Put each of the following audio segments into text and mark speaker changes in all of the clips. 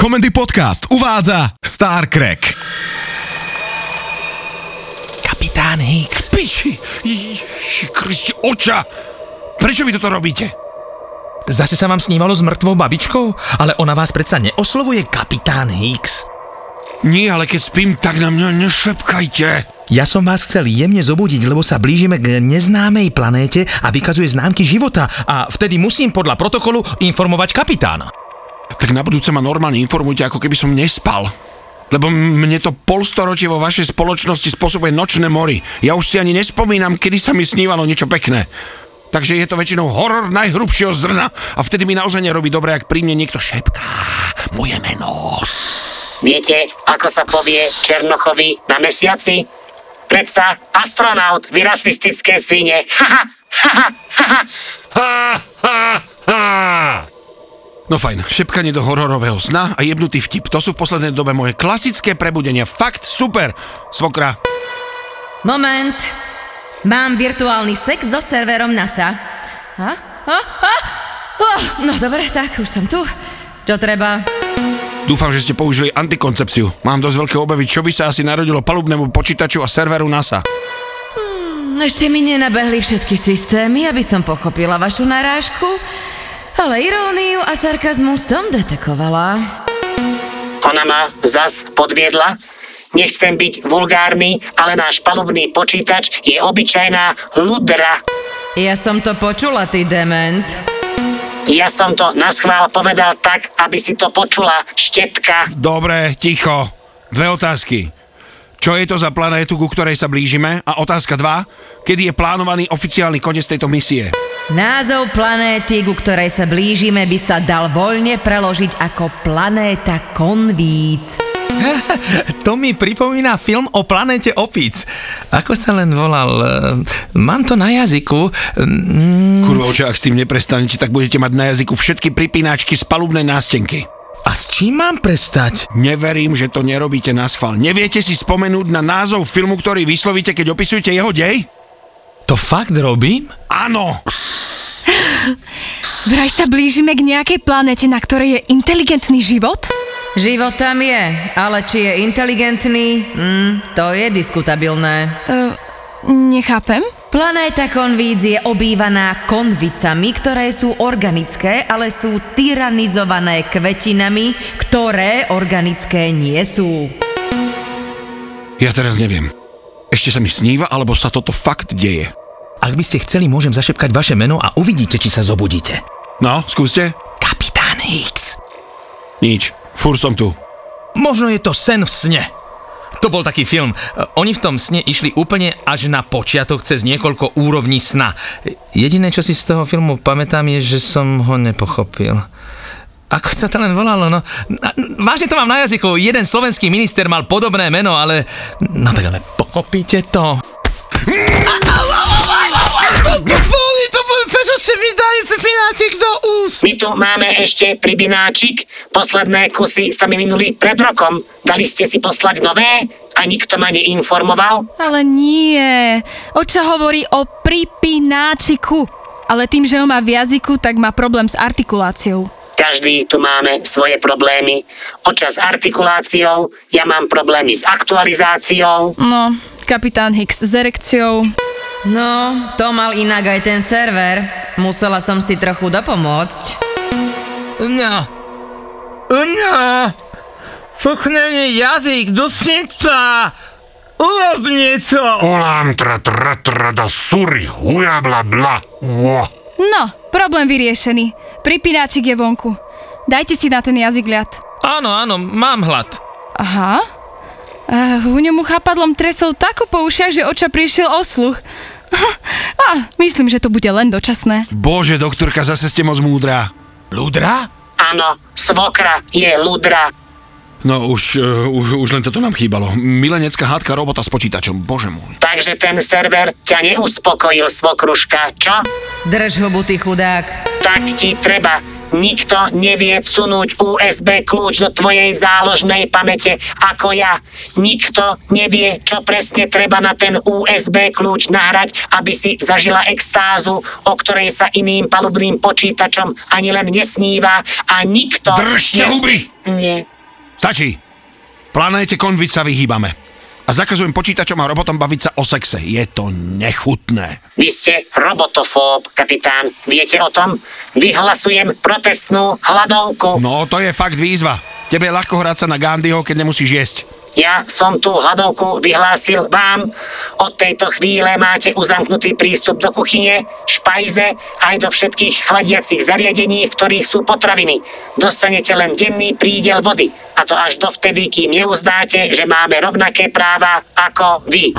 Speaker 1: Komendy podcast uvádza Star Crack.
Speaker 2: Kapitán Hicks.
Speaker 3: Piči! Ježiši Kriste, oča! Prečo mi toto robíte?
Speaker 2: Zase sa vám snívalo s mŕtvou babičkou? Ale ona vás predsa neoslovuje kapitán Hicks.
Speaker 3: Nie, ale keď spím, tak na mňa nešepkajte.
Speaker 2: Ja som vás chcel jemne zobudiť, lebo sa blížime k neznámej planéte a vykazuje známky života a vtedy musím podľa protokolu informovať kapitána.
Speaker 3: Tak na budúce ma normálne informujte, ako keby som nespal. Lebo mne to polstoročie vo vašej spoločnosti spôsobuje nočné mori. Ja už si ani nespomínam, kedy sa mi snívalo niečo pekné. Takže je to väčšinou horor najhrubšieho zrna a vtedy mi naozaj nerobí dobre, ak pri mne niekto šepká moje meno.
Speaker 4: Viete, ako sa povie Černochovi na mesiaci? Predsa astronaut, vy rasistické svine. Haha, haha, haha.
Speaker 3: Ha, ha, ha. No fajn, šepkanie do hororového sna a jebnutý vtip. To sú v poslednej dobe moje klasické prebudenia. Fakt super, svokra.
Speaker 5: Moment. Mám virtuálny sex so serverom NASA. A? A? A? Oh, no dobre, tak už som tu. Čo treba?
Speaker 3: Dúfam, že ste použili antikoncepciu. Mám dosť veľké obavy, čo by sa asi narodilo palubnému počítaču a serveru NASA.
Speaker 5: No ešte mi nenabehli všetky systémy, aby som pochopila vašu narážku. Ale iróniu a sarkazmus som detekovala.
Speaker 4: Ona ma zas podviedla. Nechcem byť vulgárny, ale náš palubný počítač je obyčajná ludra.
Speaker 5: Ja som to počula, ty dement.
Speaker 4: Ja som to na schvál povedal tak, aby si to počula štetka.
Speaker 3: Dobre, ticho. Dve otázky. Čo je to za planétu, ku ktorej sa blížime? A otázka 2. Kedy je plánovaný oficiálny koniec tejto misie?
Speaker 5: Názov planéty, ku ktorej sa blížime, by sa dal voľne preložiť ako planéta konvíc.
Speaker 2: To mi pripomína film o planete opic. Ako sa len volal? eh, Mám to na jazyku. Mm,
Speaker 3: Kurva oče, ak s tým neprestanete, tak budete mať na jazyku všetky pripínačky z palubnej nástenky.
Speaker 2: A s čím mám prestať?
Speaker 3: Neverím, že to nerobíte na schvál. Neviete si spomenúť na názov filmu, ktorý vyslovíte, keď opisujete jeho dej?
Speaker 2: To fakt robím?
Speaker 3: Áno!
Speaker 6: Vraj sa blížime k nejakej planete, na ktorej je inteligentný život?
Speaker 5: Život tam je, ale či je inteligentný, mm, to je diskutabilné.
Speaker 6: Uh, nechápem.
Speaker 5: Planéta konvíc je obývaná konvicami, ktoré sú organické, ale sú tyranizované kvetinami, ktoré organické nie sú.
Speaker 3: Ja teraz neviem. Ešte sa mi sníva, alebo sa toto fakt deje.
Speaker 2: Ak by ste chceli, môžem zašepkať vaše meno a uvidíte, či sa zobudíte.
Speaker 3: No, skúste.
Speaker 2: Kapitán Hicks.
Speaker 3: Nič. Fur som tu.
Speaker 2: Možno je to sen v sne. To bol taký film. E, Oni v tom sne išli úplne až na počiatok cez niekoľko úrovní sna. E, Jediné, čo si z toho filmu pamätám, je, že som ho nepochopil. Ako sa to len volalo, no. Na- Vážne to mám na jazyku. Jeden slovenský minister mal podobné meno, ale... No tak ale pochopíte to. Boli to, prečo ste mi dali fináčik do úst?
Speaker 4: My tu máme ešte pribináčik. Posledné kusy sa mi minuli pred rokom. Dali ste si poslať nové a nikto ma neinformoval.
Speaker 6: Ale nie. Oča hovorí o pripináčiku. Ale tým, že ho má v jazyku, tak má problém s artikuláciou.
Speaker 4: Každý tu máme svoje problémy. Oča s artikuláciou, ja mám problémy s aktualizáciou.
Speaker 6: No, kapitán Hicks s erekciou.
Speaker 5: No, to mal inak aj ten server. Musela som si trochu dopomôcť.
Speaker 2: Uňa. Uňa. Foknenie jazyk do sinca. Urob niečo.
Speaker 7: Olám tra tra tra da suri huja bla bla. Wo.
Speaker 6: No, problém vyriešený. Pripináčik je vonku. Dajte si na ten jazyk ľad.
Speaker 2: Áno, áno, mám hlad.
Speaker 6: Aha. Uh, Huňo mu chápadlom tresol tako po ušiach, že oča prišiel osluch. A myslím, že to bude len dočasné.
Speaker 3: Bože, doktorka, zase ste moc múdra. Ludra?
Speaker 4: Áno, svokra je ludra.
Speaker 3: No už, uh, už, už len toto nám chýbalo. Milenecká hádka robota s počítačom, bože môj.
Speaker 4: Takže ten server ťa neuspokojil, svokruška, čo?
Speaker 5: Drž hubu, ty chudák.
Speaker 4: Tak ti treba Nikto nevie vsunúť USB kľúč do tvojej záložnej pamäte ako ja. Nikto nevie, čo presne treba na ten USB kľúč nahrať, aby si zažila extázu, o ktorej sa iným palubným počítačom ani len nesníva a nikto...
Speaker 3: Držte
Speaker 4: ne-
Speaker 3: huby!
Speaker 4: Nie.
Speaker 3: Stačí. Planéte konviť sa vyhýbame. A zakazujem počítačom a robotom baviť sa o sexe. Je to nechutné.
Speaker 4: Vy ste robotofób, kapitán. Viete o tom? Vyhlasujem protestnú hladovku.
Speaker 3: No, to je fakt výzva. Tebe je ľahko hrať sa na Gandhiho, keď nemusíš jesť.
Speaker 4: Ja som tú hladovku vyhlásil vám. Od tejto chvíle máte uzamknutý prístup do kuchyne, špajze aj do všetkých chladiacich zariadení, v ktorých sú potraviny. Dostanete len denný prídel vody. A to až dovtedy, kým neuznáte, že máme rovnaké práva ako vy.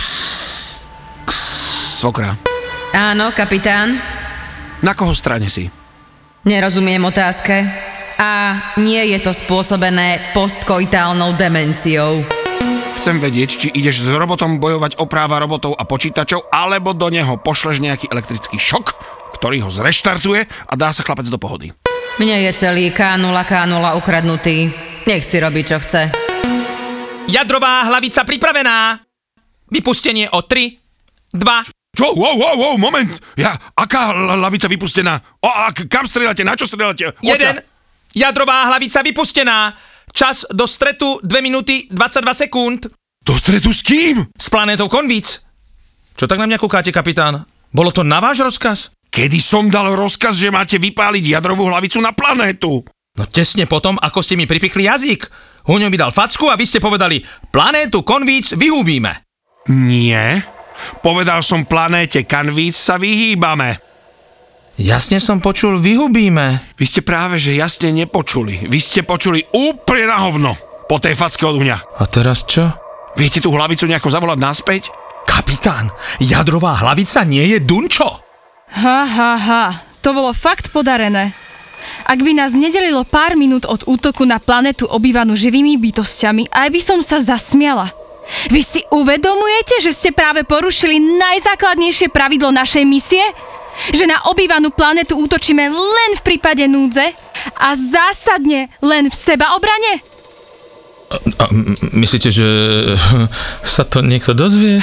Speaker 3: Svokra.
Speaker 5: Áno, kapitán.
Speaker 3: Na koho strane si?
Speaker 5: Nerozumiem otázke. A nie je to spôsobené postkoitálnou demenciou.
Speaker 3: Chcem vedieť, či ideš s robotom bojovať o práva robotov a počítačov, alebo do neho pošleš nejaký elektrický šok, ktorý ho zreštartuje a dá sa chlapec do pohody.
Speaker 5: Mne je celý K0 K0 ukradnutý. Nech si robí, čo chce.
Speaker 2: Jadrová hlavica pripravená. Vypustenie o 3, 2,
Speaker 3: Čo? Wow, wow, wow, moment! Ja, aká la- lavica vypustená? O, a k- kam strieľate? Na čo strieľate?
Speaker 2: 1. Jadrová hlavica vypustená. Čas do stretu 2 minúty 22 sekúnd.
Speaker 3: Do stretu s kým?
Speaker 2: S planetou Konvíc. Čo tak na mňa kúkáte, kapitán? Bolo to na váš rozkaz?
Speaker 3: Kedy som dal rozkaz, že máte vypáliť jadrovú hlavicu na planétu?
Speaker 2: No tesne potom, ako ste mi pripichli jazyk. Huňo mi dal facku a vy ste povedali, planétu Konvíc vyhubíme.
Speaker 3: Nie. Povedal som planéte Kanvíc sa vyhýbame.
Speaker 2: Jasne som počul, vyhubíme.
Speaker 3: Vy ste práve, že jasne nepočuli. Vy ste počuli úplne na hovno po tej facke od uňa.
Speaker 2: A teraz čo?
Speaker 3: Viete tú hlavicu nejako zavolať naspäť?
Speaker 2: Kapitán, jadrová hlavica nie je Dunčo.
Speaker 6: Ha, ha, ha. To bolo fakt podarené. Ak by nás nedelilo pár minút od útoku na planetu obývanú živými bytostiami, aj by som sa zasmiala. Vy si uvedomujete, že ste práve porušili najzákladnejšie pravidlo našej misie? Že na obývanú planetu útočíme len v prípade núdze a zásadne len v sebaobrane?
Speaker 2: A m- myslíte, že sa to niekto dozvie?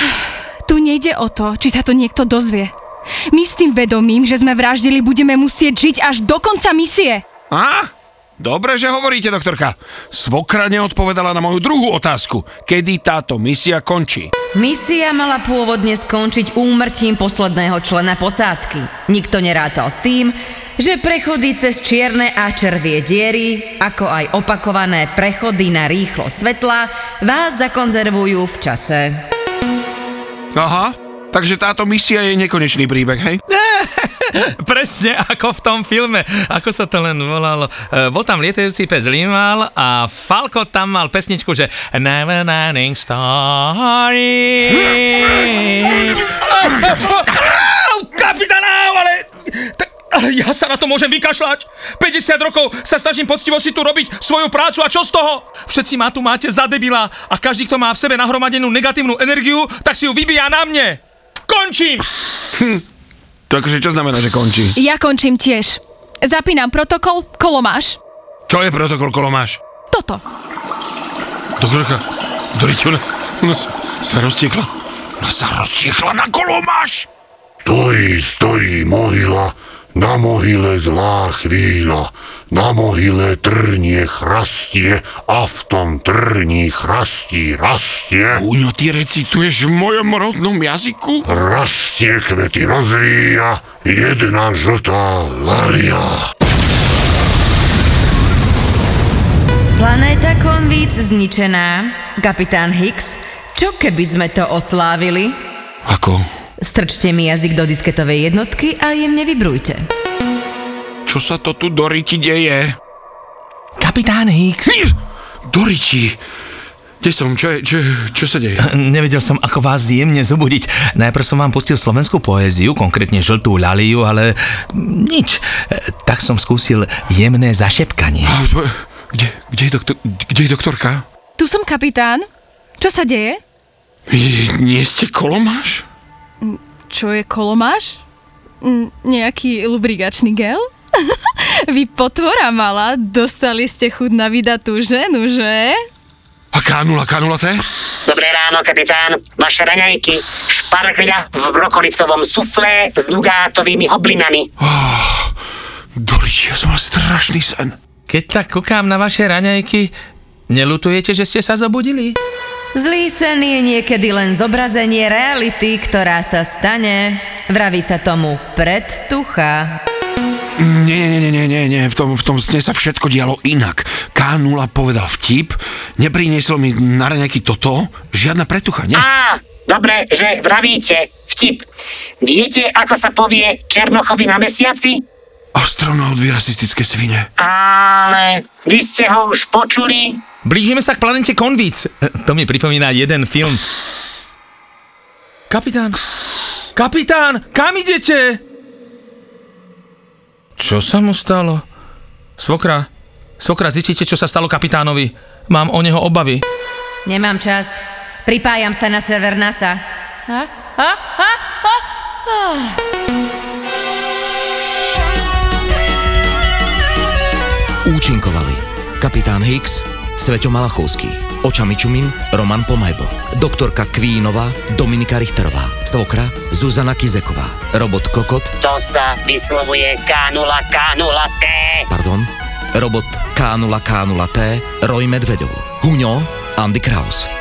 Speaker 6: Tu nejde o to, či sa to niekto dozvie. My s tým vedomím, že sme vraždili, budeme musieť žiť až do konca misie.
Speaker 3: A? Dobre, že hovoríte, doktorka. Svokra neodpovedala na moju druhú otázku. Kedy táto misia končí?
Speaker 5: Misia mala pôvodne skončiť úmrtím posledného člena posádky. Nikto nerátal s tým, že prechody cez čierne a červie diery, ako aj opakované prechody na rýchlo svetla, vás zakonzervujú v čase.
Speaker 3: Aha, takže táto misia je nekonečný príbeh, hej?
Speaker 2: Presne ako v tom filme, ako sa to len volalo. E, bol tam lietajúci pes Limal a Falko tam mal pesničku, že Never Ending Story. Kapitán, au, ale... tak- Ale ja sa na to môžem vykašľať. 50 rokov sa snažím poctivo si tu robiť svoju prácu a čo z toho? Všetci ma tu máte za debila a každý, kto má v sebe nahromadenú negatívnu energiu, tak si ju vybíja na mne. Končím!
Speaker 3: Takže čo znamená, že končí?
Speaker 6: Ja končím tiež. Zapínam protokol, kolo máš.
Speaker 3: Čo je protokol kolomáš?
Speaker 6: Toto.
Speaker 3: Doktorka, dorite, ona, ona No, sa, sa roztiekla. Ona sa roztiekla na kolomáš!
Speaker 7: Stojí, stojí mohyla, na mohyle zlá chvíľa, na mohyle trnie chrastie a v tom trní chrastí rastie.
Speaker 3: Uňo, ty recituješ v mojom rodnom jazyku?
Speaker 7: Rastie kvety rozvíja, jedna žltá lalia.
Speaker 5: Planéta Konvíc zničená. Kapitán Hicks, čo keby sme to oslávili?
Speaker 3: Ako?
Speaker 5: Strčte mi jazyk do disketovej jednotky a jemne vybrujte.
Speaker 3: Čo sa to tu do riti deje?
Speaker 2: Kapitán Hicks.
Speaker 3: Do riti? Kde som? Čo, je, čo, čo sa deje?
Speaker 2: Nevedel som, ako vás jemne zobudiť. Najprv som vám pustil slovenskú poéziu, konkrétne žltú laliu, ale nič. E, Tak som skúsil jemné zašepkanie.
Speaker 3: A, čo- Kde, kde, je, doktor, kde je doktorka?
Speaker 6: Tu som kapitán. Čo sa deje?
Speaker 3: Vy Nie ste kolomáš?
Speaker 6: Čo je kolo máš? Mm, Nejaký lubrigačný gel? Vy potvora malá, dostali ste chud na vydatú ženu, že?
Speaker 3: A kanula, kanula to je?
Speaker 4: Dobré ráno, kapitán. Vaše raňajky, šparglia v brokolicovom suflé s nugátovými hoblinami.
Speaker 3: Dori, ja som mal strašný sen.
Speaker 2: Keď tak kukám na vaše raňajky, nelutujete, že ste sa zobudili?
Speaker 5: Zlý sen je niekedy len zobrazenie reality, ktorá sa stane. Vraví sa tomu predtucha.
Speaker 3: Nie, nie, nie, nie, nie, nie, v tom, v tom sne sa všetko dialo inak. K0 povedal vtip, nepriniesol mi na raňajky toto, žiadna pretucha, nie?
Speaker 4: Á, dobre, že vravíte. Vtip. Viete, ako sa povie Černochovi na mesiaci?
Speaker 3: Astronaut vy rasistické svine.
Speaker 4: Ale vy ste ho už počuli?
Speaker 2: Blížime sa k planete Konvíc. E, To mi pripomína jeden film. Kapitán! Kapitán! Kam idete? Čo sa mu stalo? Svokra, svokra, zistite, čo sa stalo kapitánovi. Mám o neho obavy.
Speaker 5: Nemám čas. Pripájam sa na server NASA. Ha? Ha? Ha? Ha? Ah.
Speaker 8: Účinkovali kapitán Hicks, Sveťo Malachovský, Očami Čumim, Roman Pomajbo, doktorka Kvínová, Dominika Richterová, Svokra, Zuzana Kizeková, robot Kokot,
Speaker 4: To sa vyslovuje K0K0T.
Speaker 8: pardon, robot K0K0T, Roy Medvedov, Huňo, Andy Kraus.